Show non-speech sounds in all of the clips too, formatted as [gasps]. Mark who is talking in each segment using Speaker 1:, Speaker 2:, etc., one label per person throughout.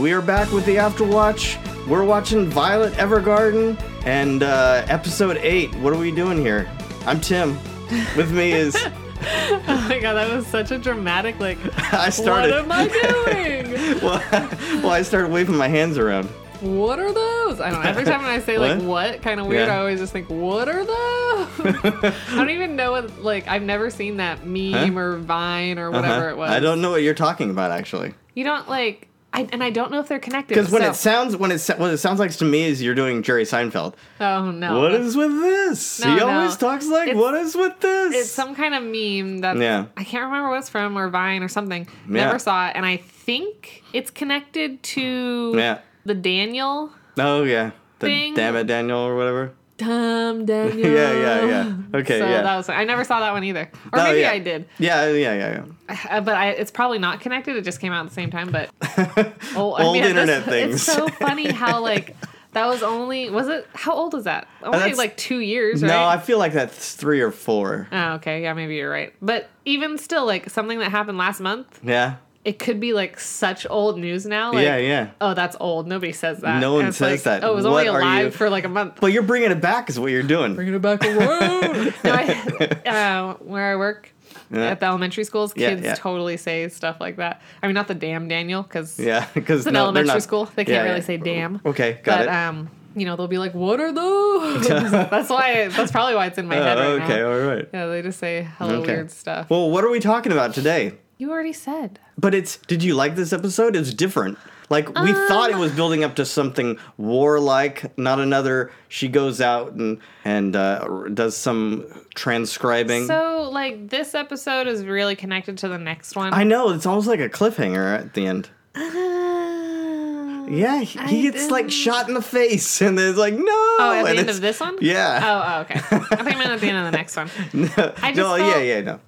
Speaker 1: with the Afterwatch. We're watching Violet Evergarden and uh, episode eight. What are we doing here? I'm Tim. With me
Speaker 2: [laughs]
Speaker 1: is
Speaker 2: Oh my god, that was such a
Speaker 1: [laughs]
Speaker 2: dramatic like.
Speaker 1: I started. [laughs]
Speaker 2: What am I
Speaker 1: well, [laughs] well, I started waving my hands
Speaker 2: [laughs]
Speaker 1: around.
Speaker 2: doing? what are those? I don't know. Every time when I say like
Speaker 1: [laughs] What?
Speaker 2: what kind of weird,
Speaker 1: Yeah.
Speaker 2: I always just think what are those?
Speaker 1: [laughs]
Speaker 2: I don't even know what like I've never seen that meme
Speaker 1: Huh?
Speaker 2: or Vine or whatever
Speaker 1: Huh?
Speaker 2: it was.
Speaker 1: I don't know what you're talking about actually.
Speaker 2: You don't like. I, and I don't know if they're connected.
Speaker 1: Because when
Speaker 2: so-
Speaker 1: it sounds when it sa- what it sounds like to me is you're doing Jerry Seinfeld.
Speaker 2: oh no,
Speaker 1: What is with this?
Speaker 2: No,
Speaker 1: he
Speaker 2: no.
Speaker 1: always talks like,
Speaker 2: It's-
Speaker 1: "What is with this?"
Speaker 2: it's some kind of meme that
Speaker 1: Yeah.
Speaker 2: I can't remember what it's from or Vine or something.
Speaker 1: Yeah.
Speaker 2: Never saw it, and I think it's connected to
Speaker 1: Yeah.
Speaker 2: the Daniel.
Speaker 1: oh yeah, the
Speaker 2: thing-
Speaker 1: damn it, Daniel or whatever.
Speaker 2: Tom
Speaker 1: [laughs]
Speaker 2: Daniel.
Speaker 1: Yeah, yeah, yeah. Okay,
Speaker 2: so
Speaker 1: yeah.
Speaker 2: that was I never saw that one either, or
Speaker 1: Oh,
Speaker 2: maybe
Speaker 1: yeah.
Speaker 2: I did,
Speaker 1: Yeah, yeah, yeah, yeah.
Speaker 2: Uh, but I, it's probably not connected. It just came out at the same
Speaker 1: [laughs]
Speaker 2: time. But oh, I
Speaker 1: Old
Speaker 2: mean, it's-
Speaker 1: internet things.
Speaker 2: It's
Speaker 1: [laughs]
Speaker 2: so funny how like that was only was it how old is that? Only
Speaker 1: Uh, that's-
Speaker 2: like two years, right?
Speaker 1: No, I feel like that's three or four.
Speaker 2: Oh, okay. Yeah, maybe you're right. But even still, like something that happened last month,
Speaker 1: Yeah.
Speaker 2: it could be like such old news now. Like,
Speaker 1: yeah, yeah.
Speaker 2: Oh, that's old. Nobody says that.
Speaker 1: No one
Speaker 2: And it's
Speaker 1: says
Speaker 2: like,
Speaker 1: that.
Speaker 2: Oh, it was
Speaker 1: What
Speaker 2: only
Speaker 1: are
Speaker 2: alive
Speaker 1: you-
Speaker 2: for like a month.
Speaker 1: But you're bringing it back, is what you're doing.
Speaker 2: Bringing it back alone. [laughs] no, I, uh, where I work
Speaker 1: Yeah.
Speaker 2: at the elementary schools,
Speaker 1: Yeah,
Speaker 2: kids
Speaker 1: yeah.
Speaker 2: totally say stuff like that. I mean, not the damn Daniel,
Speaker 1: [laughs]
Speaker 2: because
Speaker 1: yeah, because
Speaker 2: it's an elementary school. They can't really say damn.
Speaker 1: Okay, got
Speaker 2: but
Speaker 1: it.
Speaker 2: um, you know, they'll be like, "What are
Speaker 1: [laughs]
Speaker 2: those?" [laughs] that's why. That's probably why it's in my head
Speaker 1: Oh,
Speaker 2: right
Speaker 1: okay,
Speaker 2: now.
Speaker 1: all right.
Speaker 2: Yeah, they just say hella
Speaker 1: Okay.
Speaker 2: weird stuff.
Speaker 1: Well, what are we talking about today?
Speaker 2: you already said.
Speaker 1: But it's did you like this episode? It's different. Like we
Speaker 2: Um,
Speaker 1: thought it was building up to something warlike, not another. She goes out and and uh, does some transcribing.
Speaker 2: So, like, this episode is really connected to the next one.
Speaker 1: I know it's almost like a cliffhanger at the end. Yeah, he, he
Speaker 2: I
Speaker 1: gets like
Speaker 2: didn't-
Speaker 1: shot in the face, and then it's like no. [laughs]
Speaker 2: Oh, at
Speaker 1: and
Speaker 2: the end
Speaker 1: it's-
Speaker 2: of this one?
Speaker 1: Yeah.
Speaker 2: Oh, oh, okay. I think I meant at the end of the next one. Oh, I
Speaker 1: [laughs]
Speaker 2: just
Speaker 1: no, yeah,
Speaker 2: felt-
Speaker 1: yeah, no.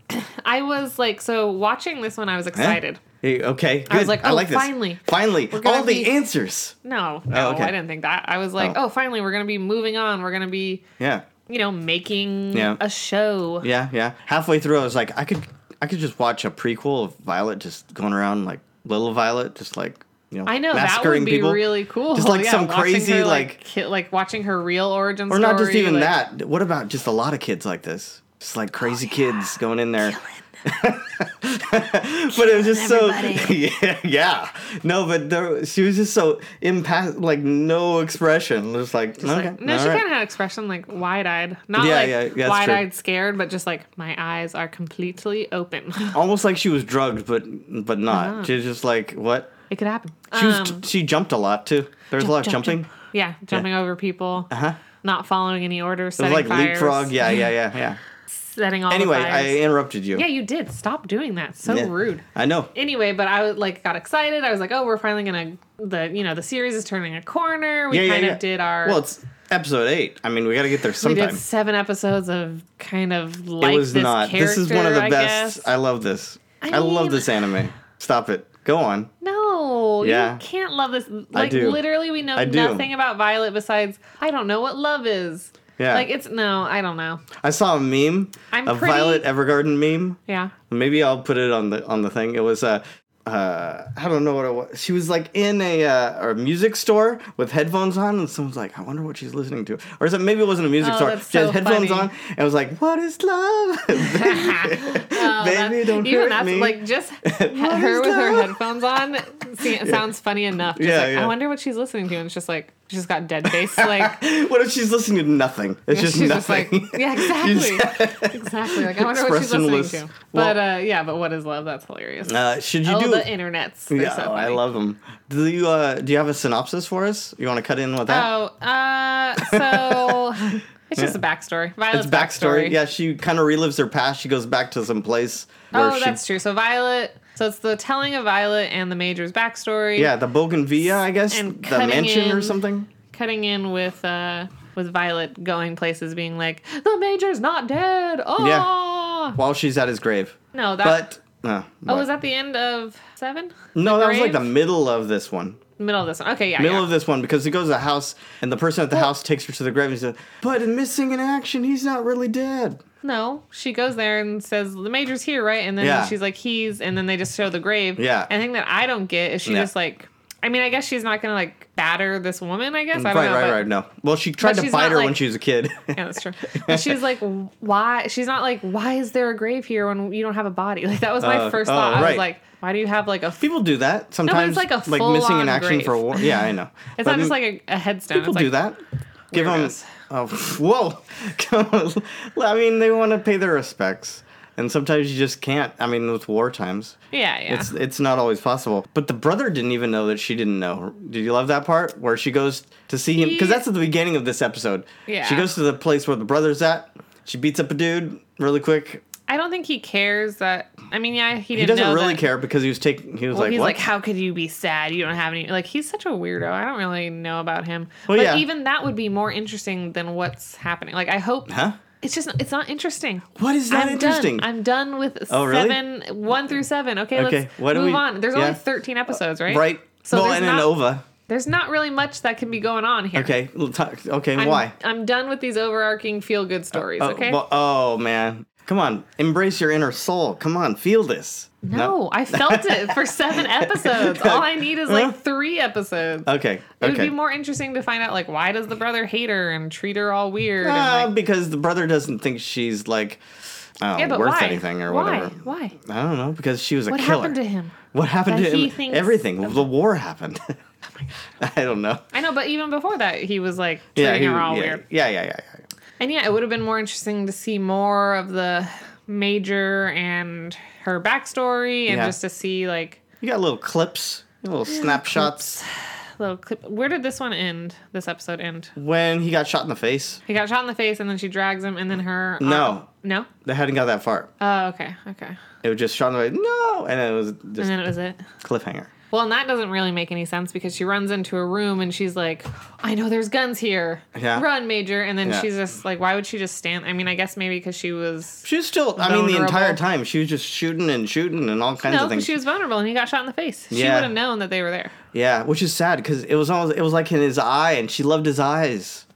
Speaker 2: I was like, so watching this one, I was excited.
Speaker 1: Hey, okay, good.
Speaker 2: I was like, oh,
Speaker 1: like this.
Speaker 2: finally.
Speaker 1: finally,
Speaker 2: gonna
Speaker 1: all the
Speaker 2: be-
Speaker 1: answers.
Speaker 2: No,
Speaker 1: Oh,
Speaker 2: no,
Speaker 1: okay.
Speaker 2: I didn't think that. I was like,
Speaker 1: Oh.
Speaker 2: oh, finally, we're gonna be moving on. We're gonna be,
Speaker 1: Yeah,
Speaker 2: you know, making
Speaker 1: Yeah.
Speaker 2: a show.
Speaker 1: yeah, yeah. Halfway through, I was like, I could, I could just watch a prequel of Violet just going around like little Violet, just like you know,
Speaker 2: I know that
Speaker 1: massacring
Speaker 2: would be
Speaker 1: people.
Speaker 2: really cool.
Speaker 1: Just like
Speaker 2: Yeah,
Speaker 1: some
Speaker 2: watching
Speaker 1: crazy,
Speaker 2: her,
Speaker 1: like-
Speaker 2: ki- like watching her real origin
Speaker 1: Or
Speaker 2: story.
Speaker 1: not just even
Speaker 2: like- Oh,
Speaker 1: that. What about just a lot of kids like this? Just like crazy kids going in there. [laughs] but it was just so
Speaker 2: everybody.
Speaker 1: [laughs] yeah, yeah. No, but there, she was just so impassive, like no expression. Just like
Speaker 2: Just
Speaker 1: okay,
Speaker 2: like- no,
Speaker 1: all
Speaker 2: she
Speaker 1: right.
Speaker 2: kind of had expression like wide-eyed, not
Speaker 1: Yeah,
Speaker 2: like
Speaker 1: yeah, yeah, that's true.
Speaker 2: wide-eyed scared, but just like my eyes are completely open. [laughs]
Speaker 1: almost like she was drugged, but but not.
Speaker 2: Uh-huh.
Speaker 1: She was just like what?
Speaker 2: it could happen.
Speaker 1: She was,
Speaker 2: Um,
Speaker 1: she jumped a lot too. There was a lot of
Speaker 2: jump,
Speaker 1: jumping.
Speaker 2: jump. Yeah, jumping over people.
Speaker 1: Uh huh.
Speaker 2: Not following any orders.
Speaker 1: It was
Speaker 2: Setting
Speaker 1: like
Speaker 2: fires,
Speaker 1: leapfrog. Yeah, yeah, yeah, yeah.
Speaker 2: Setting all
Speaker 1: anyway,
Speaker 2: the
Speaker 1: I
Speaker 2: fires.
Speaker 1: interrupted you.
Speaker 2: yeah, you did. Stop doing that. So
Speaker 1: Yeah.
Speaker 2: rude.
Speaker 1: I know.
Speaker 2: Anyway, but I was like got excited. I was like, oh, we're finally gonna the you know the series is turning a corner. We
Speaker 1: yeah,
Speaker 2: kind
Speaker 1: yeah, yeah.
Speaker 2: of did our
Speaker 1: Well, it's episode eight. I mean, we got to get there
Speaker 2: we
Speaker 1: sometime.
Speaker 2: did seven episodes of kind of like
Speaker 1: it was
Speaker 2: this
Speaker 1: not.
Speaker 2: character.
Speaker 1: This is one of the
Speaker 2: I
Speaker 1: best.
Speaker 2: guess.
Speaker 1: I love this. I,
Speaker 2: I
Speaker 1: love
Speaker 2: mean-
Speaker 1: this anime. Stop it. Go on.
Speaker 2: No,
Speaker 1: Yeah.
Speaker 2: you can't love this. Like
Speaker 1: do.
Speaker 2: literally, we know
Speaker 1: I do.
Speaker 2: nothing about Violet besides I don't know what love is.
Speaker 1: Yeah.
Speaker 2: like it's no, I don't know.
Speaker 1: I saw a meme,
Speaker 2: I'm
Speaker 1: a
Speaker 2: pretty-
Speaker 1: Violet Evergarden meme.
Speaker 2: Yeah, [laughs]
Speaker 1: Maybe I'll put it on the on the thing. It was uh, uh, I don't know what it was. She was like in a uh, a music store with headphones on, and someone's like, "I wonder what she's listening to," or is it, maybe it wasn't a music
Speaker 2: Oh,
Speaker 1: store.
Speaker 2: that's
Speaker 1: she has
Speaker 2: so
Speaker 1: headphones
Speaker 2: funny.
Speaker 1: on, and was like, "What is
Speaker 2: [laughs]
Speaker 1: love, [laughs]
Speaker 2: Oh, that-
Speaker 1: baby? Don't
Speaker 2: even
Speaker 1: hurt
Speaker 2: that's
Speaker 1: me."
Speaker 2: like [laughs] just her with her headphones on see, it sounds funny enough. Just
Speaker 1: Yeah,
Speaker 2: like,
Speaker 1: yeah.
Speaker 2: I wonder what she's listening to, and it's just like she's got dead face. Like
Speaker 1: [laughs] what if she's listening to nothing? It's just
Speaker 2: [laughs] she's just
Speaker 1: nothing.
Speaker 2: like,
Speaker 1: [laughs]
Speaker 2: yeah, exactly, [laughs] exactly. Like I wonder what she's listening
Speaker 1: Expressionless.
Speaker 2: to.
Speaker 1: Well-
Speaker 2: But uh, yeah, but what is love? That's hilarious.
Speaker 1: uh, should you
Speaker 2: oh,
Speaker 1: do?
Speaker 2: the internets. They're
Speaker 1: Yeah,
Speaker 2: so
Speaker 1: oh, I
Speaker 2: funny.
Speaker 1: love them. Do you uh, do you have a synopsis for us? You want to cut in with that?
Speaker 2: Oh, uh, so [laughs] it's just a backstory. Violet's
Speaker 1: it's backstory. Yeah, she kind of relives her past. She goes back to some place where
Speaker 2: Oh,
Speaker 1: she.
Speaker 2: that's true. So Violet. So it's the telling of Violet and the Major's backstory.
Speaker 1: yeah, the Bougainvillea, I guess,
Speaker 2: And
Speaker 1: the
Speaker 2: cutting
Speaker 1: mansion or
Speaker 2: in-
Speaker 1: something.
Speaker 2: Cutting in with uh with Violet going places, being like, "The Major's not dead." Oh.
Speaker 1: While she's at his grave.
Speaker 2: No, that.
Speaker 1: But uh,
Speaker 2: oh,
Speaker 1: what?
Speaker 2: was that the end of seven?
Speaker 1: no,
Speaker 2: The
Speaker 1: that was like the
Speaker 2: grave?
Speaker 1: middle of this one.
Speaker 2: middle of this one. Okay, yeah.
Speaker 1: Middle
Speaker 2: yeah.
Speaker 1: of this one because he goes to the house and the person at the house takes her to the grave and says, "But in missing in action, he's not really dead."
Speaker 2: No, she goes there and says the major's here, right? And then
Speaker 1: Yeah.
Speaker 2: she's like, he's, and then they just show the grave.
Speaker 1: Yeah.
Speaker 2: And the thing that I don't get is she
Speaker 1: Yeah.
Speaker 2: just like I mean, I guess she's not gonna like batter this woman. I guess I don't
Speaker 1: right,
Speaker 2: know.
Speaker 1: right,
Speaker 2: but-
Speaker 1: right. No. Well, she tried
Speaker 2: But
Speaker 1: to
Speaker 2: she's
Speaker 1: bite
Speaker 2: not,
Speaker 1: her when
Speaker 2: like-
Speaker 1: she was a kid. [laughs]
Speaker 2: Yeah, that's true. And she's like, why? She's not like, why is there a grave here when you don't have a body? [laughs] Like that was my
Speaker 1: Oh,
Speaker 2: first
Speaker 1: oh,
Speaker 2: thought. I
Speaker 1: right.
Speaker 2: was like, why do you have like a? f-
Speaker 1: people do that sometimes.
Speaker 2: like a
Speaker 1: missing
Speaker 2: full-on
Speaker 1: in action for a
Speaker 2: grave.
Speaker 1: war. Yeah, I know.
Speaker 2: [laughs] It's
Speaker 1: But
Speaker 2: not just like a, a headstone.
Speaker 1: people
Speaker 2: it's like,
Speaker 1: do that. Give them.
Speaker 2: weirdos.
Speaker 1: Oh, whoa! [laughs] I mean, they want to pay their respects, and sometimes you just can't. I mean, with war times.
Speaker 2: Yeah, yeah.
Speaker 1: It's it's not always possible. But the brother didn't even know that she didn't know. Did you love that part where she goes to see him? Because
Speaker 2: He-
Speaker 1: that's at the beginning of this episode.
Speaker 2: Yeah.
Speaker 1: She goes to the place where the brother's at. She beats up a dude really quick.
Speaker 2: I don't think he cares that. I mean, yeah, he didn't.
Speaker 1: He doesn't
Speaker 2: know
Speaker 1: really
Speaker 2: that-
Speaker 1: care because he was taking. He was
Speaker 2: Well,
Speaker 1: like,
Speaker 2: he's
Speaker 1: what?
Speaker 2: like, how could you be sad? You don't have any. Like, he's such a weirdo. I don't really know about him.
Speaker 1: Well,
Speaker 2: but
Speaker 1: yeah.
Speaker 2: even that would be more interesting than what's happening. Like, I hope.
Speaker 1: Huh?
Speaker 2: It's just it's not interesting.
Speaker 1: What is that
Speaker 2: I'm
Speaker 1: interesting?
Speaker 2: Done. I'm done with
Speaker 1: Oh, really?
Speaker 2: seven, one through seven. Okay,
Speaker 1: Okay,
Speaker 2: let's
Speaker 1: what do
Speaker 2: move
Speaker 1: we-
Speaker 2: on. There's
Speaker 1: yeah.
Speaker 2: only 13 episodes, right?
Speaker 1: right.
Speaker 2: So
Speaker 1: well,
Speaker 2: there's,
Speaker 1: and
Speaker 2: not,
Speaker 1: an ova.
Speaker 2: there's not really much that can be going on here.
Speaker 1: Okay. l- t- Okay.
Speaker 2: I'm,
Speaker 1: why?
Speaker 2: I'm done with these overarching feel good stories.
Speaker 1: Oh,
Speaker 2: okay.
Speaker 1: well- oh man. Come on. Embrace your inner soul. Come on. Feel this.
Speaker 2: no, I felt it for seven
Speaker 1: [laughs]
Speaker 2: episodes. All I need is like three episodes.
Speaker 1: Okay.
Speaker 2: It
Speaker 1: Uh-huh. Uh, okay.
Speaker 2: would be more interesting to find out like why does the brother hate her and treat her all weird.
Speaker 1: Uh,
Speaker 2: and, like,
Speaker 1: because the brother doesn't think she's like I don't know,
Speaker 2: yeah, but
Speaker 1: worth
Speaker 2: why?
Speaker 1: anything or
Speaker 2: why?
Speaker 1: whatever.
Speaker 2: Why?
Speaker 1: I don't know because she was a
Speaker 2: What
Speaker 1: killer.
Speaker 2: happened to him?
Speaker 1: What happened
Speaker 2: that
Speaker 1: to
Speaker 2: he
Speaker 1: him?
Speaker 2: thinks-
Speaker 1: Everything. the war happened. [laughs] I don't know.
Speaker 2: I know, but even before that, he was like treating
Speaker 1: Yeah, he-
Speaker 2: her all
Speaker 1: yeah,
Speaker 2: weird.
Speaker 1: yeah, yeah, yeah, yeah.
Speaker 2: And yeah, it would have been more interesting to see more of the major and her backstory and
Speaker 1: Yeah.
Speaker 2: just to see like
Speaker 1: You got little clips, little snapshots
Speaker 2: little clip. Where did this one end? This episode end?
Speaker 1: when he got shot in the face.
Speaker 2: He got shot in the face and then she drags him and then her.
Speaker 1: No.
Speaker 2: aunt- no?
Speaker 1: They hadn't got that far.
Speaker 2: Oh, okay. Okay.
Speaker 1: It was just shot in the face. No, and it was
Speaker 2: And
Speaker 1: just
Speaker 2: then it was it.
Speaker 1: cliffhanger.
Speaker 2: Well, and that doesn't really make any sense because she runs into a room and she's like, I know there's guns here.
Speaker 1: Yeah.
Speaker 2: Run, Major. And then
Speaker 1: Yeah.
Speaker 2: she's just like, why would she just stand? I mean, I guess maybe because she was.
Speaker 1: She was still. I mean, the
Speaker 2: Vulnerable.
Speaker 1: entire time she was just shooting and shooting and all kinds
Speaker 2: No,
Speaker 1: of things.
Speaker 2: because she was vulnerable and he got shot in the face. She
Speaker 1: Yeah.
Speaker 2: would have known that they were there.
Speaker 1: Yeah, which is sad because it was almost it was like in his eye, and she loved his eyes.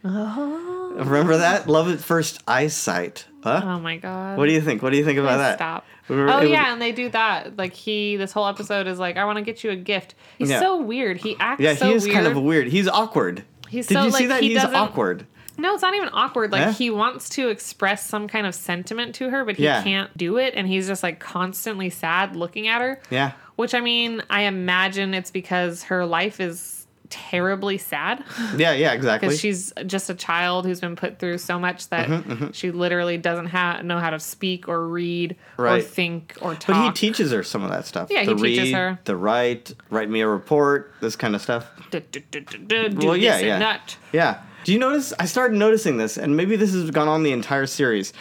Speaker 1: Remember that love at first eyesight. Huh?
Speaker 2: Oh my God.
Speaker 1: What do you think? What do you think about that?
Speaker 2: Stop.
Speaker 1: We were-
Speaker 2: oh
Speaker 1: it was-
Speaker 2: yeah, and they do that. Like he, this whole episode is like, I want to get you a gift. He's
Speaker 1: Yeah.
Speaker 2: so weird. He acts
Speaker 1: Yeah,
Speaker 2: so
Speaker 1: he is
Speaker 2: weird.
Speaker 1: kind of weird. He's awkward.
Speaker 2: He's
Speaker 1: Did
Speaker 2: so,
Speaker 1: you see
Speaker 2: like,
Speaker 1: that?
Speaker 2: he
Speaker 1: He's
Speaker 2: doesn't-
Speaker 1: awkward.
Speaker 2: no, it's not even awkward. Like
Speaker 1: Yeah.
Speaker 2: he wants to express some kind of sentiment to her, but he
Speaker 1: Yeah.
Speaker 2: can't do it, and he's just like constantly sad, looking at her.
Speaker 1: Yeah.
Speaker 2: Which I mean, I imagine it's because her life is terribly
Speaker 1: [gasps]
Speaker 2: sad
Speaker 1: Yeah. Yeah. Exactly.
Speaker 2: because she's just a child who's been put through so much that
Speaker 1: Mm-hmm,
Speaker 2: she literally doesn't ha- know how to speak or read or
Speaker 1: Right.
Speaker 2: think or talk.
Speaker 1: but he teaches her some of that stuff.
Speaker 2: Yeah, he
Speaker 1: the
Speaker 2: teaches
Speaker 1: read,
Speaker 2: her.
Speaker 1: The write, write me a report, this kind of stuff.
Speaker 2: do, do, do, do, do, do
Speaker 1: Well,
Speaker 2: this
Speaker 1: yeah,
Speaker 2: and
Speaker 1: yeah.
Speaker 2: that.
Speaker 1: Yeah. Do you notice? I started noticing this, and maybe this has gone on the entire series.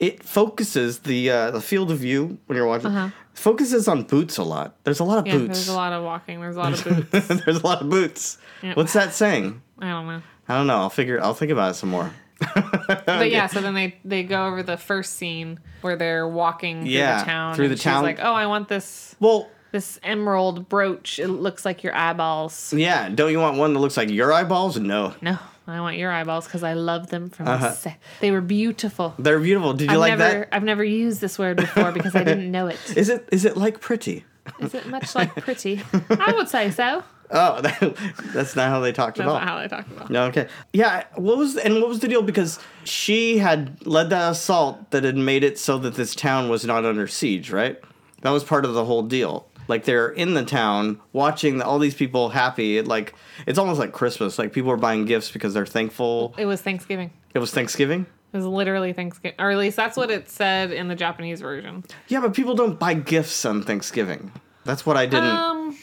Speaker 1: It focuses the uh, the field of view when you're watching. Focuses on boots a lot. There's a lot of
Speaker 2: Uh-huh. Yeah,
Speaker 1: boots.
Speaker 2: there's a lot of walking. There's a lot of boots.
Speaker 1: [laughs] There's a lot of boots.
Speaker 2: Yeah.
Speaker 1: What's that saying?
Speaker 2: I don't know.
Speaker 1: I don't know. I'll figure. I'll think about it some more.
Speaker 2: But yeah, so then they they go over the first scene where they're walking through
Speaker 1: Yeah,
Speaker 2: the town.
Speaker 1: through
Speaker 2: and
Speaker 1: the
Speaker 2: she's
Speaker 1: town.
Speaker 2: like, oh, I want this
Speaker 1: Well,
Speaker 2: this emerald brooch. It looks like your eyeballs.
Speaker 1: yeah. Don't you want one that looks like your eyeballs? No,
Speaker 2: No, I want your eyeballs because I love them from the set. They were beautiful.
Speaker 1: they're beautiful. Did Uh-huh. you
Speaker 2: I've
Speaker 1: like
Speaker 2: never
Speaker 1: that?
Speaker 2: I've never used this word before because I didn't know it.
Speaker 1: [laughs] Is it is it like pretty?
Speaker 2: Is it much like
Speaker 1: [laughs]
Speaker 2: pretty? I would say so.
Speaker 1: Oh, [laughs] that, that's not how they talked at
Speaker 2: That's
Speaker 1: all.
Speaker 2: not how they talk about. it.
Speaker 1: No, okay. Yeah, what was and what was the deal? Because she had led that assault that had made it so that this town was not under siege, right? That was part of the whole deal. Like they're in the town watching all these people happy. It like it's almost like Christmas. Like people are buying gifts because they're thankful.
Speaker 2: It was Thanksgiving.
Speaker 1: It was Thanksgiving.
Speaker 2: It was literally Thanksgiving, or at least that's what it said in the Japanese version.
Speaker 1: Yeah, but people don't buy gifts on Thanksgiving. That's what I didn't.
Speaker 2: Um,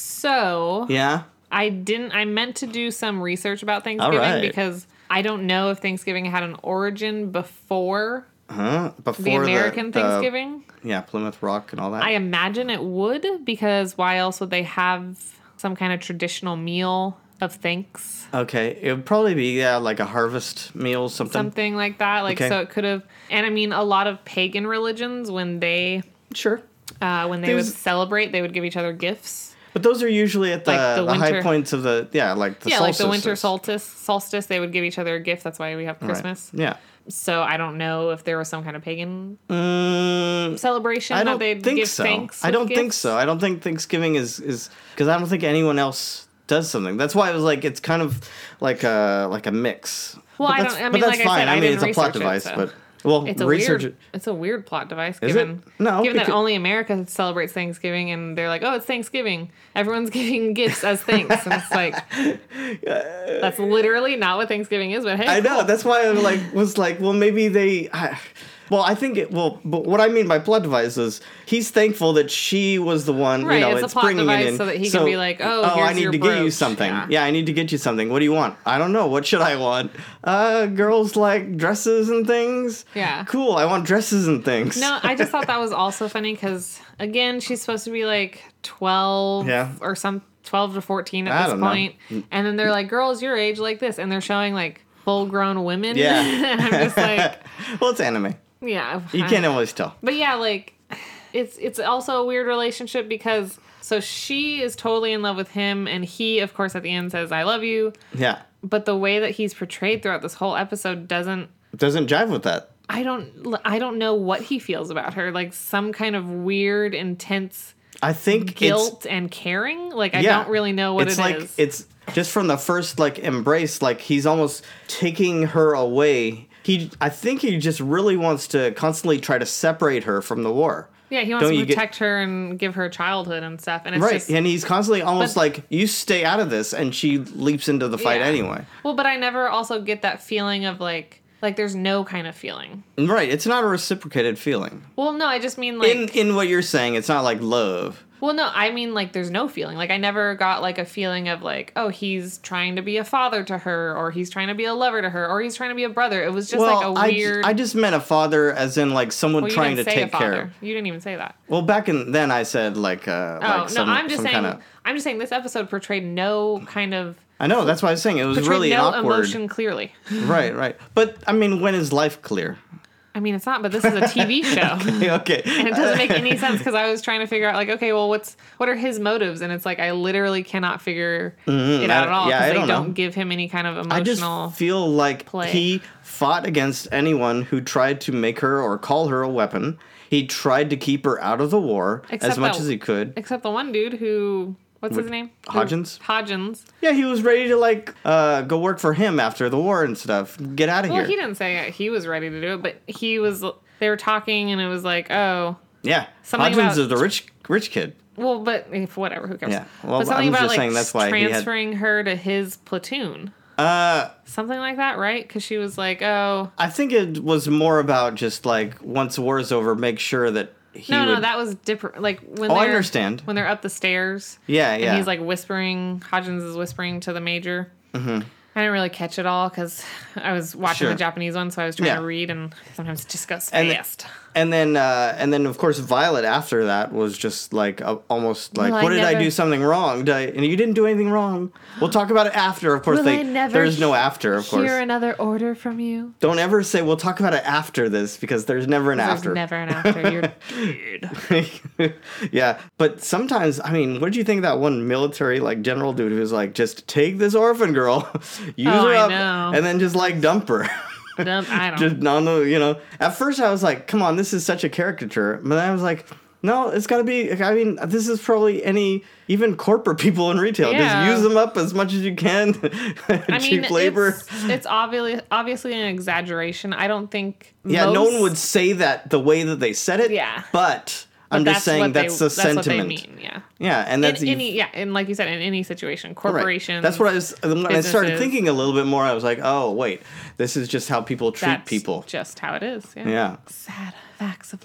Speaker 2: so
Speaker 1: yeah.
Speaker 2: I didn't. I meant to do some research about Thanksgiving
Speaker 1: right.
Speaker 2: because I don't know if Thanksgiving had an origin before
Speaker 1: Huh? Before
Speaker 2: the American
Speaker 1: the-
Speaker 2: Thanksgiving.
Speaker 1: Yeah, Plymouth Rock and all that.
Speaker 2: I imagine it would because why else would they have some kind of traditional meal of thanks,
Speaker 1: okay, it would probably be yeah like a harvest meal, something.
Speaker 2: something like that? Like
Speaker 1: Um, Okay.
Speaker 2: so, it could have. And I mean, a lot of pagan religions when they
Speaker 1: Sure.
Speaker 2: uh, when they would
Speaker 1: There's-
Speaker 2: celebrate, they would give each other gifts.
Speaker 1: But those are usually at the,
Speaker 2: Like the
Speaker 1: the, high
Speaker 2: winter-
Speaker 1: points of the yeah, like the
Speaker 2: yeah, like the winter
Speaker 1: solstices.
Speaker 2: solstice. Solstice, they would give each other a gift. That's why we have
Speaker 1: Right.
Speaker 2: Christmas.
Speaker 1: Yeah,
Speaker 2: So I don't know if there was some kind of pagan
Speaker 1: Mm,
Speaker 2: celebration
Speaker 1: I
Speaker 2: that
Speaker 1: don't
Speaker 2: they'd
Speaker 1: think
Speaker 2: give
Speaker 1: so.
Speaker 2: thanks.
Speaker 1: I
Speaker 2: with
Speaker 1: don't think
Speaker 2: gifts.
Speaker 1: so. I don't think Thanksgiving is is because I don't think anyone else does something. That's why I was like, it's kind of like a like a mix.
Speaker 2: Well,
Speaker 1: But
Speaker 2: I don't-
Speaker 1: that's-
Speaker 2: I mean,
Speaker 1: but that's
Speaker 2: like I said,
Speaker 1: fine.
Speaker 2: I
Speaker 1: mean,
Speaker 2: didn't
Speaker 1: it's a plot
Speaker 2: research it,
Speaker 1: device,
Speaker 2: so.
Speaker 1: but well,
Speaker 2: It's a
Speaker 1: research.
Speaker 2: weird. It's a weird plot device.
Speaker 1: Is it?
Speaker 2: given
Speaker 1: No,
Speaker 2: Given that
Speaker 1: because-
Speaker 2: only America celebrates Thanksgiving, and they're like, "Oh, it's Thanksgiving. Everyone's [laughs] giving gifts as thanks," and it's
Speaker 1: [laughs]
Speaker 2: like, that's literally not what Thanksgiving is. But hey,
Speaker 1: I know.
Speaker 2: cool.
Speaker 1: That's why I like was like, well, maybe they. I, well, I think it. Well, but what I mean by plot device is he's thankful that she was the one.
Speaker 2: Right,
Speaker 1: you know,
Speaker 2: it's
Speaker 1: it's,
Speaker 2: a plot
Speaker 1: bringing
Speaker 2: device
Speaker 1: it in,
Speaker 2: so that he can be like, oh,
Speaker 1: I
Speaker 2: here's
Speaker 1: need
Speaker 2: your
Speaker 1: to get you
Speaker 2: brooch."
Speaker 1: something.
Speaker 2: Yeah.
Speaker 1: Yeah. I need to get you something. What do you want? I don't know. What should I want? Uh, girls like dresses and things.
Speaker 2: Yeah.
Speaker 1: cool. I want dresses and things.
Speaker 2: No, I just thought that was also funny because again, she's supposed to be like twelve
Speaker 1: Yeah.
Speaker 2: or some twelve to fourteen
Speaker 1: I
Speaker 2: at
Speaker 1: don't
Speaker 2: this
Speaker 1: know.
Speaker 2: point, and then they're like, "Girls your age like this," and they're showing like full-grown women.
Speaker 1: Yeah.
Speaker 2: [laughs] and I'm
Speaker 1: [laughs]
Speaker 2: just like,
Speaker 1: well, it's anime.
Speaker 2: yeah,
Speaker 1: You
Speaker 2: I-
Speaker 1: can't always tell.
Speaker 2: But yeah, like it's it's also a weird relationship because so she is totally in love with him, and he, of course, at the end says, "I love you,"
Speaker 1: Yeah,
Speaker 2: but the way that he's portrayed throughout this whole episode doesn't
Speaker 1: it doesn't jive with that.
Speaker 2: I don't I don't know what he feels about her. Like some kind of weird, intense
Speaker 1: I think it's-
Speaker 2: guilt and caring. Like I
Speaker 1: Yeah.
Speaker 2: don't really know what
Speaker 1: it's
Speaker 2: it
Speaker 1: like
Speaker 2: is.
Speaker 1: it's just from the first like embrace like he's almost taking her away he i think he just really wants to constantly try to separate her from the war
Speaker 2: yeah, he wants
Speaker 1: don't
Speaker 2: to
Speaker 1: you get-
Speaker 2: protect her and give her childhood and stuff. And it's
Speaker 1: right
Speaker 2: just
Speaker 1: and he's constantly almost
Speaker 2: But-
Speaker 1: like you stay out of this and she leaps into the fight
Speaker 2: Yeah.
Speaker 1: anyway
Speaker 2: well, but I never also get that feeling of like like there's no kind of feeling.
Speaker 1: right it's not a reciprocated feeling
Speaker 2: Well, no, I just mean like
Speaker 1: in in what you're saying it's not like love
Speaker 2: Well, no, I mean like there's no feeling. Like I never got like a feeling of like, oh, he's trying to be a father to her, or he's trying to be a lover to her, or he's trying to be a brother. It was just
Speaker 1: well
Speaker 2: like a
Speaker 1: I ju-
Speaker 2: weird.
Speaker 1: I, just meant a father as in like someone
Speaker 2: well, you
Speaker 1: trying to
Speaker 2: didn't say a
Speaker 1: take care of
Speaker 2: father. You didn't even say that.
Speaker 1: well back in then i said like uh
Speaker 2: Oh
Speaker 1: like
Speaker 2: no,
Speaker 1: some,
Speaker 2: I'm just
Speaker 1: some
Speaker 2: saying.
Speaker 1: kinda,
Speaker 2: I'm just saying this episode portrayed no kind of
Speaker 1: i know that's why i was saying it was
Speaker 2: portrayed
Speaker 1: really
Speaker 2: no
Speaker 1: awkward
Speaker 2: emotion clearly.
Speaker 1: Right, right. But I mean, when is life clear? [laughs]
Speaker 2: I mean, it's not, but this is a TV show.
Speaker 1: okay.
Speaker 2: Mm. And it doesn't make any sense because I was trying to figure out, like, okay, well, what's what are his motives? And it's like I literally cannot figure it out
Speaker 1: Mm-hmm. I-
Speaker 2: at all
Speaker 1: yeah,
Speaker 2: because
Speaker 1: I
Speaker 2: they
Speaker 1: don't
Speaker 2: don't,
Speaker 1: know.
Speaker 2: give him any kind of
Speaker 1: I
Speaker 2: emotional.
Speaker 1: just feel like
Speaker 2: play.
Speaker 1: he fought against anyone who tried to make her or call her a weapon. He tried to keep her out of the war as
Speaker 2: Except
Speaker 1: much
Speaker 2: that-
Speaker 1: as he could.
Speaker 2: except the one dude who what's his
Speaker 1: Wh-
Speaker 2: name Who-
Speaker 1: Hodgins?
Speaker 2: Hodgins.
Speaker 1: Yeah, he was ready to like uh, go work for him after the war and stuff. Get out of
Speaker 2: Well,
Speaker 1: here.
Speaker 2: he didn't say he was ready to do it, but he was. They were talking, and it was like, oh,
Speaker 1: yeah,
Speaker 2: Something
Speaker 1: Hodgins
Speaker 2: about-
Speaker 1: is the rich rich kid.
Speaker 2: well, but if whatever, who cares?
Speaker 1: Yeah, well,
Speaker 2: but something
Speaker 1: I'm
Speaker 2: about
Speaker 1: just
Speaker 2: like
Speaker 1: saying that's why he had-
Speaker 2: transferring her to his platoon,
Speaker 1: Uh,
Speaker 2: something like that, right? Because she was like, oh,
Speaker 1: I think it was more about just like once the war is over, make sure that he
Speaker 2: no, no,
Speaker 1: would-
Speaker 2: that was different. Like when
Speaker 1: Oh, I
Speaker 2: they're-
Speaker 1: understand.
Speaker 2: when they're up the stairs.
Speaker 1: yeah, yeah.
Speaker 2: And he's like whispering. Hodgins is whispering to the major. Mm-hmm. I didn't really catch it all because I was watching
Speaker 1: Sure.
Speaker 2: the Japanese one, so I was trying
Speaker 1: Yeah.
Speaker 2: to read, and sometimes it just goes
Speaker 1: And-
Speaker 2: fast.
Speaker 1: And then, uh, and then, of course, Violet after that was just like uh, almost like,
Speaker 2: Will I
Speaker 1: "What did I
Speaker 2: never-
Speaker 1: do something wrong?" Did I... And you didn't do anything wrong. We'll talk about it after, of course.
Speaker 2: Will
Speaker 1: they,
Speaker 2: I never
Speaker 1: there's no after, of course.
Speaker 2: hear another order from you?
Speaker 1: Don't ever say we'll talk about it after this because there's never an after.
Speaker 2: There's never an after. You're dude.
Speaker 1: [laughs] yeah, but sometimes, I mean, what do you think of that one military like general dude who's like, "Just take this orphan girl, [laughs] use
Speaker 2: Oh,
Speaker 1: her
Speaker 2: I
Speaker 1: up,
Speaker 2: know.
Speaker 1: and then just like dump her."
Speaker 2: Dumb- I don't.
Speaker 1: just on the you know at first i was like come on this is such a caricature but then i was like no it's got to be i mean this is probably any even corporate people in retail
Speaker 2: Yeah.
Speaker 1: just use them up as much as you can [laughs]
Speaker 2: I mean,
Speaker 1: cheap labor
Speaker 2: it's, it's obviously obviously an exaggeration. I don't think.
Speaker 1: yeah no one
Speaker 2: most-
Speaker 1: would say that the way that they said it
Speaker 2: Yeah.
Speaker 1: but i'm
Speaker 2: but
Speaker 1: just
Speaker 2: what
Speaker 1: saying
Speaker 2: they-
Speaker 1: that's the sentiment
Speaker 2: What they mean, yeah.
Speaker 1: yeah and that's
Speaker 2: in
Speaker 1: you-
Speaker 2: any, yeah, and like you said, in any situation,
Speaker 1: right.
Speaker 2: corporations.
Speaker 1: That's what I was when I started
Speaker 2: businesses.
Speaker 1: thinking a little bit more. I was like, "Oh, wait, this is just how people treat
Speaker 2: that's
Speaker 1: people."
Speaker 2: Just how it is. Yeah.
Speaker 1: Yeah.
Speaker 2: Sad facts of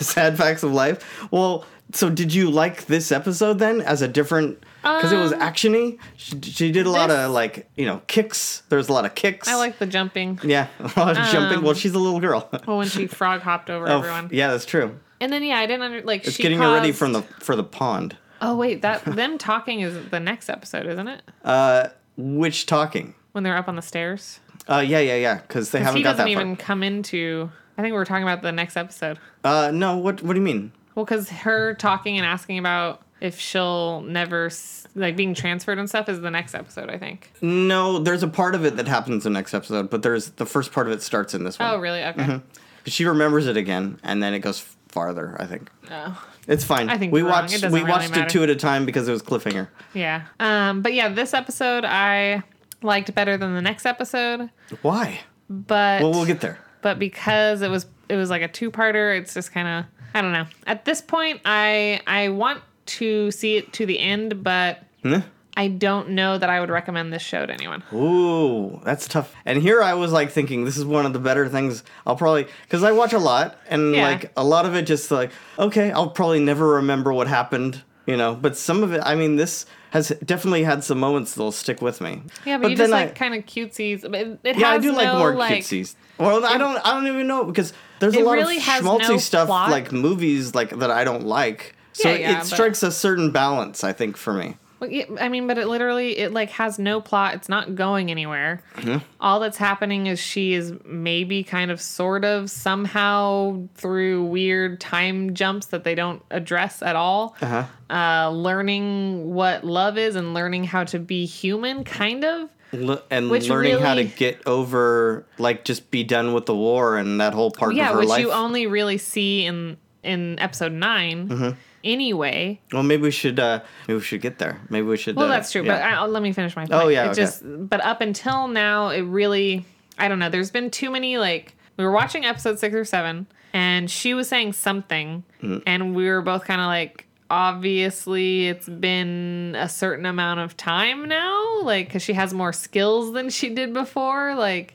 Speaker 1: [laughs] sad facts of life. Well, so did you like this episode then as a different because it was
Speaker 2: Um,
Speaker 1: actiony? She, she did a lot
Speaker 2: this-
Speaker 1: of like you know kicks. There's a lot of kicks.
Speaker 2: I like the jumping.
Speaker 1: yeah, [laughs] a lot of jumping. Well, she's a little
Speaker 2: [laughs]
Speaker 1: girl.
Speaker 2: Well, when she frog hopped over
Speaker 1: Oh,
Speaker 2: everyone,
Speaker 1: yeah, that's true.
Speaker 2: and then yeah, I didn't under like
Speaker 1: It's
Speaker 2: she
Speaker 1: getting her ready
Speaker 2: caused-
Speaker 1: from the for the pond.
Speaker 2: Oh wait,
Speaker 1: [laughs]
Speaker 2: that them talking is the next episode, isn't it?
Speaker 1: Uh, witch talking.
Speaker 2: When they're up on the stairs.
Speaker 1: Uh, yeah, yeah, yeah. Because they
Speaker 2: Because
Speaker 1: haven't
Speaker 2: he
Speaker 1: got
Speaker 2: doesn't
Speaker 1: that
Speaker 2: even come into. I think we we're talking about the next episode.
Speaker 1: far. Uh, no. What What do you mean?
Speaker 2: Well, because her talking and asking about if she'll never s- like being transferred and stuff is the next episode, I think.
Speaker 1: Mm. No, there's a part of it that happens in the next episode, but there's the first part of it starts in this one.
Speaker 2: Oh, really? Okay.
Speaker 1: Mm-hmm. She remembers it again, and then it goes farther. I think
Speaker 2: Oh.
Speaker 1: it's fine.
Speaker 2: I think
Speaker 1: we
Speaker 2: you're wrong. It
Speaker 1: watched
Speaker 2: doesn't
Speaker 1: we
Speaker 2: really
Speaker 1: watched
Speaker 2: matter.
Speaker 1: it two at a time because it was cliffhanger.
Speaker 2: Yeah. Um, but yeah, this episode I liked better than the next episode,
Speaker 1: Why?
Speaker 2: but
Speaker 1: Well, we'll get there.
Speaker 2: but because it was it was like a two-parter, it's just kind of I don't know. At this point, I I want to see it to the end, but
Speaker 1: Hmm?
Speaker 2: I don't know that I would recommend this show to anyone.
Speaker 1: Ooh, that's tough. And here I was like thinking, this is one of the better things I'll probably because I watch a lot, and
Speaker 2: Yeah.
Speaker 1: like a lot of it just like okay, I'll probably never remember what happened, you know. But some of it, I mean, this has definitely had some moments that'll stick with me.
Speaker 2: Yeah, but, you
Speaker 1: then
Speaker 2: just
Speaker 1: I-
Speaker 2: like kind of cutesies. But It, it
Speaker 1: Yeah, I
Speaker 2: has
Speaker 1: do like
Speaker 2: no,
Speaker 1: more
Speaker 2: like,
Speaker 1: kidsies. Well, I don't. I don't even know because there's a
Speaker 2: It
Speaker 1: lot
Speaker 2: really
Speaker 1: of
Speaker 2: has
Speaker 1: schmaltzy
Speaker 2: no
Speaker 1: stuff
Speaker 2: plot.
Speaker 1: like movies like that I don't like. So
Speaker 2: Yeah, yeah,
Speaker 1: it
Speaker 2: but-
Speaker 1: strikes a certain balance, I think, for me.
Speaker 2: Well, yeah, I mean, but it literally it like has no plot. It's not going anywhere.
Speaker 1: Mm-hmm.
Speaker 2: All that's happening is she is maybe kind of sort of somehow through weird time jumps that they don't address at all.
Speaker 1: Uh-huh.
Speaker 2: Uh, learning what love is and learning how to be human, kind of.
Speaker 1: L- and
Speaker 2: Which
Speaker 1: learning how to
Speaker 2: really-
Speaker 1: get over, like, just be done with the war and that whole part
Speaker 2: Yeah,
Speaker 1: of her
Speaker 2: which
Speaker 1: life.
Speaker 2: you only really see in in episode 9
Speaker 1: Mm-hmm.
Speaker 2: Anyway,
Speaker 1: well, maybe we should. Uh, maybe we should get there. Maybe we should.
Speaker 2: Well,
Speaker 1: uh,
Speaker 2: that's true. But
Speaker 1: yeah.
Speaker 2: I, I'll- let me finish my point.
Speaker 1: Oh, yeah,
Speaker 2: It
Speaker 1: okay.
Speaker 2: just but up until now, it really I don't know. There's been too many like we were watching episode six or seven, and she was saying something,
Speaker 1: Mm.
Speaker 2: and we were both kind of like. Obviously, it's been a certain amount of time now, like, because she has more skills than she did before. Like,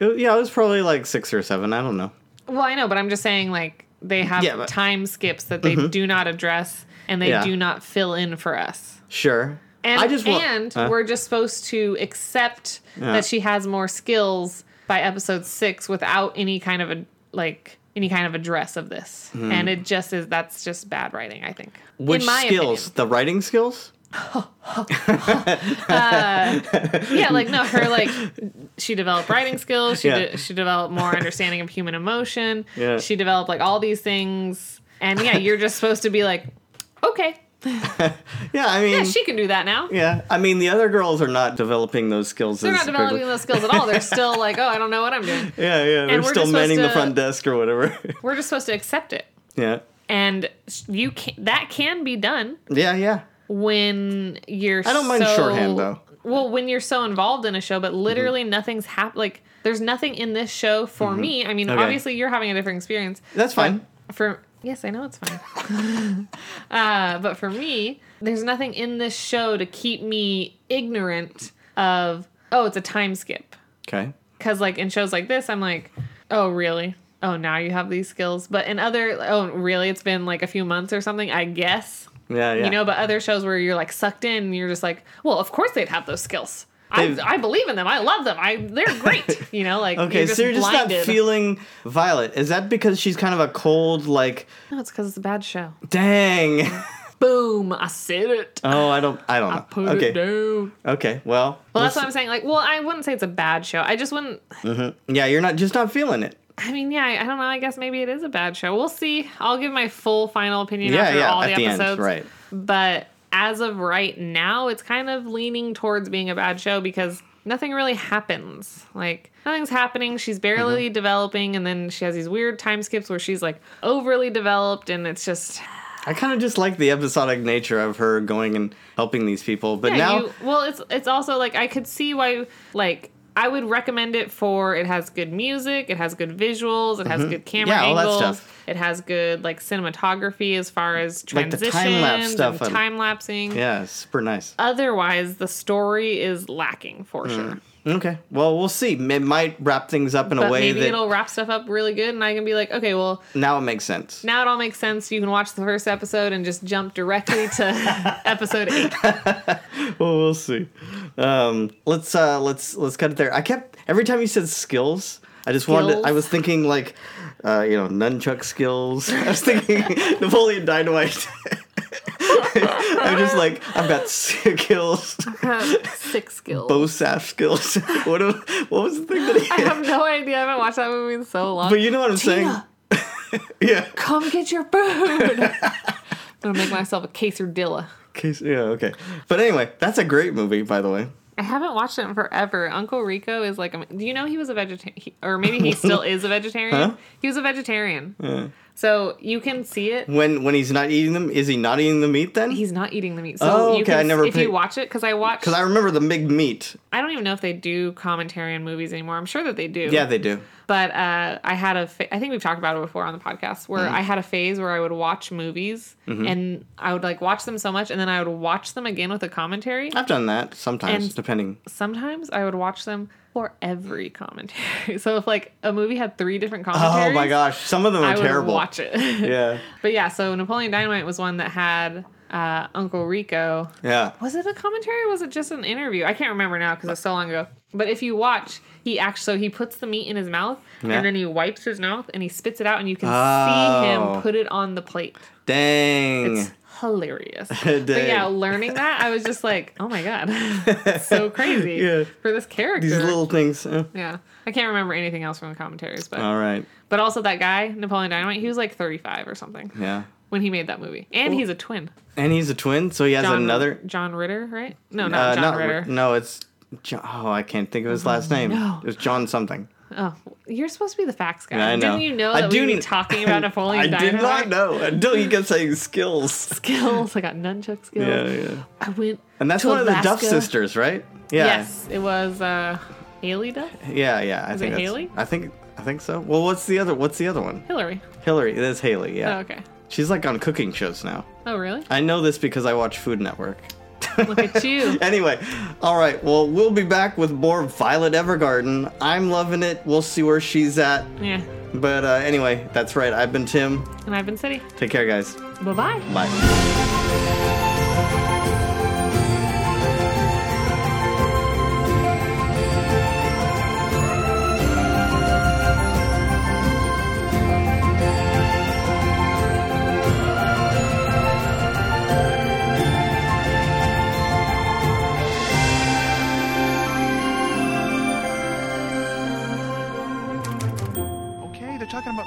Speaker 1: It- yeah, it was probably like six or seven. I don't know.
Speaker 2: well, I know, but I'm just saying, like, they have
Speaker 1: Yeah, but- Mm-hmm.
Speaker 2: time skips that they do not address and they
Speaker 1: Yeah.
Speaker 2: do not fill in for us.
Speaker 1: Sure.
Speaker 2: And,
Speaker 1: I just wa-
Speaker 2: and
Speaker 1: uh,
Speaker 2: we're just supposed to accept
Speaker 1: Yeah.
Speaker 2: that she has more skills by episode six without any kind of a like any kind of address of this. And it just is that's just bad writing, I think.
Speaker 1: Hmm. which skills? The writing skills.
Speaker 2: opinion. Yeah, like no,
Speaker 1: [laughs]
Speaker 2: her like she developed writing skills, she
Speaker 1: Yeah.
Speaker 2: de- she developed more understanding of human emotion.
Speaker 1: Yeah.
Speaker 2: She developed like all these things.
Speaker 1: [laughs]
Speaker 2: And yeah, you're just supposed to be like, okay,
Speaker 1: Yeah, I mean,
Speaker 2: yeah, she can do that now.
Speaker 1: Mm. Yeah, I mean the other girls are not developing those skills.
Speaker 2: They're
Speaker 1: as
Speaker 2: not developing
Speaker 1: quickly.
Speaker 2: those skills at
Speaker 1: [laughs]
Speaker 2: all. They're still like, oh, I don't know what I'm doing.
Speaker 1: Yeah, yeah, they're
Speaker 2: we're
Speaker 1: still
Speaker 2: just
Speaker 1: manning the
Speaker 2: supposed to-
Speaker 1: front desk or whatever. [laughs]
Speaker 2: We're just supposed to accept it.
Speaker 1: yeah,
Speaker 2: and you can that can be done
Speaker 1: yeah, yeah.
Speaker 2: when you're
Speaker 1: I don't mind
Speaker 2: so-
Speaker 1: shorthand, though. Mm-hmm.
Speaker 2: well when you're so involved in a show but literally nothing's hap- like there's nothing in this show for me i mean
Speaker 1: Mm-hmm. Okay.
Speaker 2: obviously you're having a different experience
Speaker 1: That's fine.
Speaker 2: but for yes i know it's fine
Speaker 1: [laughs]
Speaker 2: uh, but for me there's nothing in this show to keep me ignorant of oh it's a time skip
Speaker 1: Okay.
Speaker 2: because like in shows like this i'm like oh really oh now you have these skills but in other oh really it's been like a few months or something i guess
Speaker 1: Yeah, yeah.
Speaker 2: you know but other shows where you're like sucked in and you're just like well of course they'd have those skills I,
Speaker 1: They've-
Speaker 2: I believe in them i love them i they're great
Speaker 1: [laughs]
Speaker 2: you know like
Speaker 1: okay, so you're just not feeling Violet. Is that because she's kind of a cold, like,
Speaker 2: no it's because it's a bad show [laughs]
Speaker 1: dang?
Speaker 2: boom i said it
Speaker 1: oh, I don't, I don't know.
Speaker 2: put
Speaker 1: okay,
Speaker 2: it down
Speaker 1: okay. Well,
Speaker 2: well that's what i'm saying like well i wouldn't say it's a bad show i just wouldn't
Speaker 1: yeah, you're not just not feeling it.
Speaker 2: I mean, yeah, I, I don't know. I guess maybe it is a bad show. We'll see. I'll give my full final opinion
Speaker 1: Yeah,
Speaker 2: after
Speaker 1: yeah.
Speaker 2: all
Speaker 1: at
Speaker 2: the
Speaker 1: the
Speaker 2: episodes.
Speaker 1: end, right?
Speaker 2: But as of right now, it's kind of leaning towards being a bad show because nothing really happens. Like nothing's happening. She's barely
Speaker 1: Mm-hmm.
Speaker 2: developing, and then she has these weird time skips where she's like overly developed, and it's just
Speaker 1: I kind of just like the episodic nature of her going and helping these people, but
Speaker 2: Yeah,
Speaker 1: now,
Speaker 2: you, well, it's it's also like I could see why like I would recommend it for it has good music, it has good visuals, it has good camera
Speaker 1: Mm-hmm. Yeah, all that
Speaker 2: angles,
Speaker 1: stuff.
Speaker 2: it has good like cinematography as far as
Speaker 1: Like the
Speaker 2: transitions,
Speaker 1: time-lapse stuff
Speaker 2: and
Speaker 1: and-
Speaker 2: time lapsing.
Speaker 1: yeah, it's super nice.
Speaker 2: Otherwise, the story is lacking for
Speaker 1: Mm.
Speaker 2: sure.
Speaker 1: Okay. Well, we'll see. It might wrap things up in
Speaker 2: But
Speaker 1: a way
Speaker 2: maybe
Speaker 1: that
Speaker 2: it'll wrap stuff up really good, and I can be like, okay, well,
Speaker 1: now it makes sense.
Speaker 2: now it all makes sense. You can watch the first episode and just jump directly
Speaker 1: [laughs]
Speaker 2: to episode eight.
Speaker 1: Well, we'll see. Um, let's uh, let's let's cut it there. I kept every time you said skills, I just wanted.
Speaker 2: Skills.
Speaker 1: I was thinking like, uh, you know, nunchuck skills. [laughs] I was thinking Napoleon Dynamite. [laughs] I'm just like I've got skills, [laughs]
Speaker 2: Six skills.
Speaker 1: bow staff skills. [laughs] what am- what was the thing that
Speaker 2: I
Speaker 1: he?
Speaker 2: have no idea. I haven't watched that movie in so
Speaker 1: [laughs]
Speaker 2: long.
Speaker 1: But you know what I'm
Speaker 2: Tina.
Speaker 1: [laughs] saying. yeah.
Speaker 2: come get your food. I'm gonna make myself a quesadilla.
Speaker 1: Case, yeah, okay. But anyway, that's a great movie, by the way.
Speaker 2: I haven't watched it in forever. Uncle Rico is like, a, do you know he was a vegetarian, or maybe he still is a vegetarian?
Speaker 1: Huh?
Speaker 2: He was a vegetarian, so you can see it.
Speaker 1: When when he's not eating them, is he not eating the meat then?
Speaker 2: He's not eating the meat. So
Speaker 1: Oh,
Speaker 2: you
Speaker 1: okay,
Speaker 2: can,
Speaker 1: I never
Speaker 2: if
Speaker 1: paid-
Speaker 2: you watch it, because I watched.
Speaker 1: Because I remember the big meat.
Speaker 2: I don't even know if they do commentary on movies anymore. I'm sure that they do.
Speaker 1: Yeah, they do.
Speaker 2: But uh, I had a, fa- I think we've talked about it before on the podcast, where
Speaker 1: Mm-hmm.
Speaker 2: I had a phase where I would watch movies and I would like watch them so much, and then I would watch them again with a commentary.
Speaker 1: I've done that sometimes,
Speaker 2: And-
Speaker 1: depending.
Speaker 2: Sometimes I would watch them for every commentary. [laughs] So if like a movie had three different commentaries,
Speaker 1: Oh my gosh, some of them are
Speaker 2: I would
Speaker 1: terrible.
Speaker 2: watch it.
Speaker 1: Yeah,
Speaker 2: [laughs] But yeah, so Napoleon Dynamite was one that had uh, Uncle Rico.
Speaker 1: yeah.
Speaker 2: Was it a commentary? or Was it just an interview? I can't remember now because it's so long ago. But if you watch, he acts so he puts the meat in his mouth
Speaker 1: Yeah.
Speaker 2: and then he wipes his mouth and he spits it out and you can see
Speaker 1: Oh.
Speaker 2: him put it on the plate.
Speaker 1: Dang.
Speaker 2: It's
Speaker 1: [laughs]
Speaker 2: hilarious.
Speaker 1: Dang.
Speaker 2: but yeah, learning that, I was just like, oh my god,
Speaker 1: [laughs]
Speaker 2: It's so crazy
Speaker 1: Yeah.
Speaker 2: for this character.
Speaker 1: These little things. eh.
Speaker 2: yeah, I can't remember anything else from the commentaries, but
Speaker 1: All right.
Speaker 2: but also that guy Napoleon Dynamite, he was like 35 or something
Speaker 1: Yeah.
Speaker 2: when he made that movie, and he's a twin.
Speaker 1: And he's a twin, so he has
Speaker 2: John,
Speaker 1: another.
Speaker 2: John Ritter, right? No, not
Speaker 1: uh,
Speaker 2: John
Speaker 1: not-
Speaker 2: Ritter.
Speaker 1: No, it's. Jo- Oh, I can't think of his last name.
Speaker 2: no.
Speaker 1: It was John something.
Speaker 2: Oh, you're supposed to be the facts guy.
Speaker 1: Yeah, I know.
Speaker 2: Didn't you know
Speaker 1: I
Speaker 2: that
Speaker 1: do
Speaker 2: we were
Speaker 1: kn-
Speaker 2: talking about
Speaker 1: [laughs]
Speaker 2: Napoleon
Speaker 1: I
Speaker 2: Dynamite?
Speaker 1: did not know until he kept saying skills.
Speaker 2: [laughs] Skills. I got nunchuck skills.
Speaker 1: Yeah, yeah.
Speaker 2: I went.
Speaker 1: And that's
Speaker 2: to
Speaker 1: one of the Duff
Speaker 2: Alaska.
Speaker 1: sisters, right? Yeah.
Speaker 2: Yes, it was uh, Haley Duff.
Speaker 1: Yeah, yeah. I
Speaker 2: Is
Speaker 1: think
Speaker 2: it
Speaker 1: that's-
Speaker 2: Haley?
Speaker 1: I think I think so. Well, what's the other? What's the other one?
Speaker 2: Hillary.
Speaker 1: Hillary. That's Haley.
Speaker 2: Oh,
Speaker 1: Yeah.
Speaker 2: okay.
Speaker 1: She's like on cooking shows now.
Speaker 2: Oh, really?
Speaker 1: I know this because I watch Food Network. [laughs]
Speaker 2: Look at you.
Speaker 1: Anyway, all right. Well, we'll be back with more Violet Evergarden. I'm loving it. We'll see where she's at.
Speaker 2: Yeah.
Speaker 1: But uh, anyway, that's right. I've been Tim.
Speaker 2: And I've been City.
Speaker 1: Take care, guys.
Speaker 2: Bye bye.
Speaker 1: Bye.
Speaker 3: Okay, they're talking about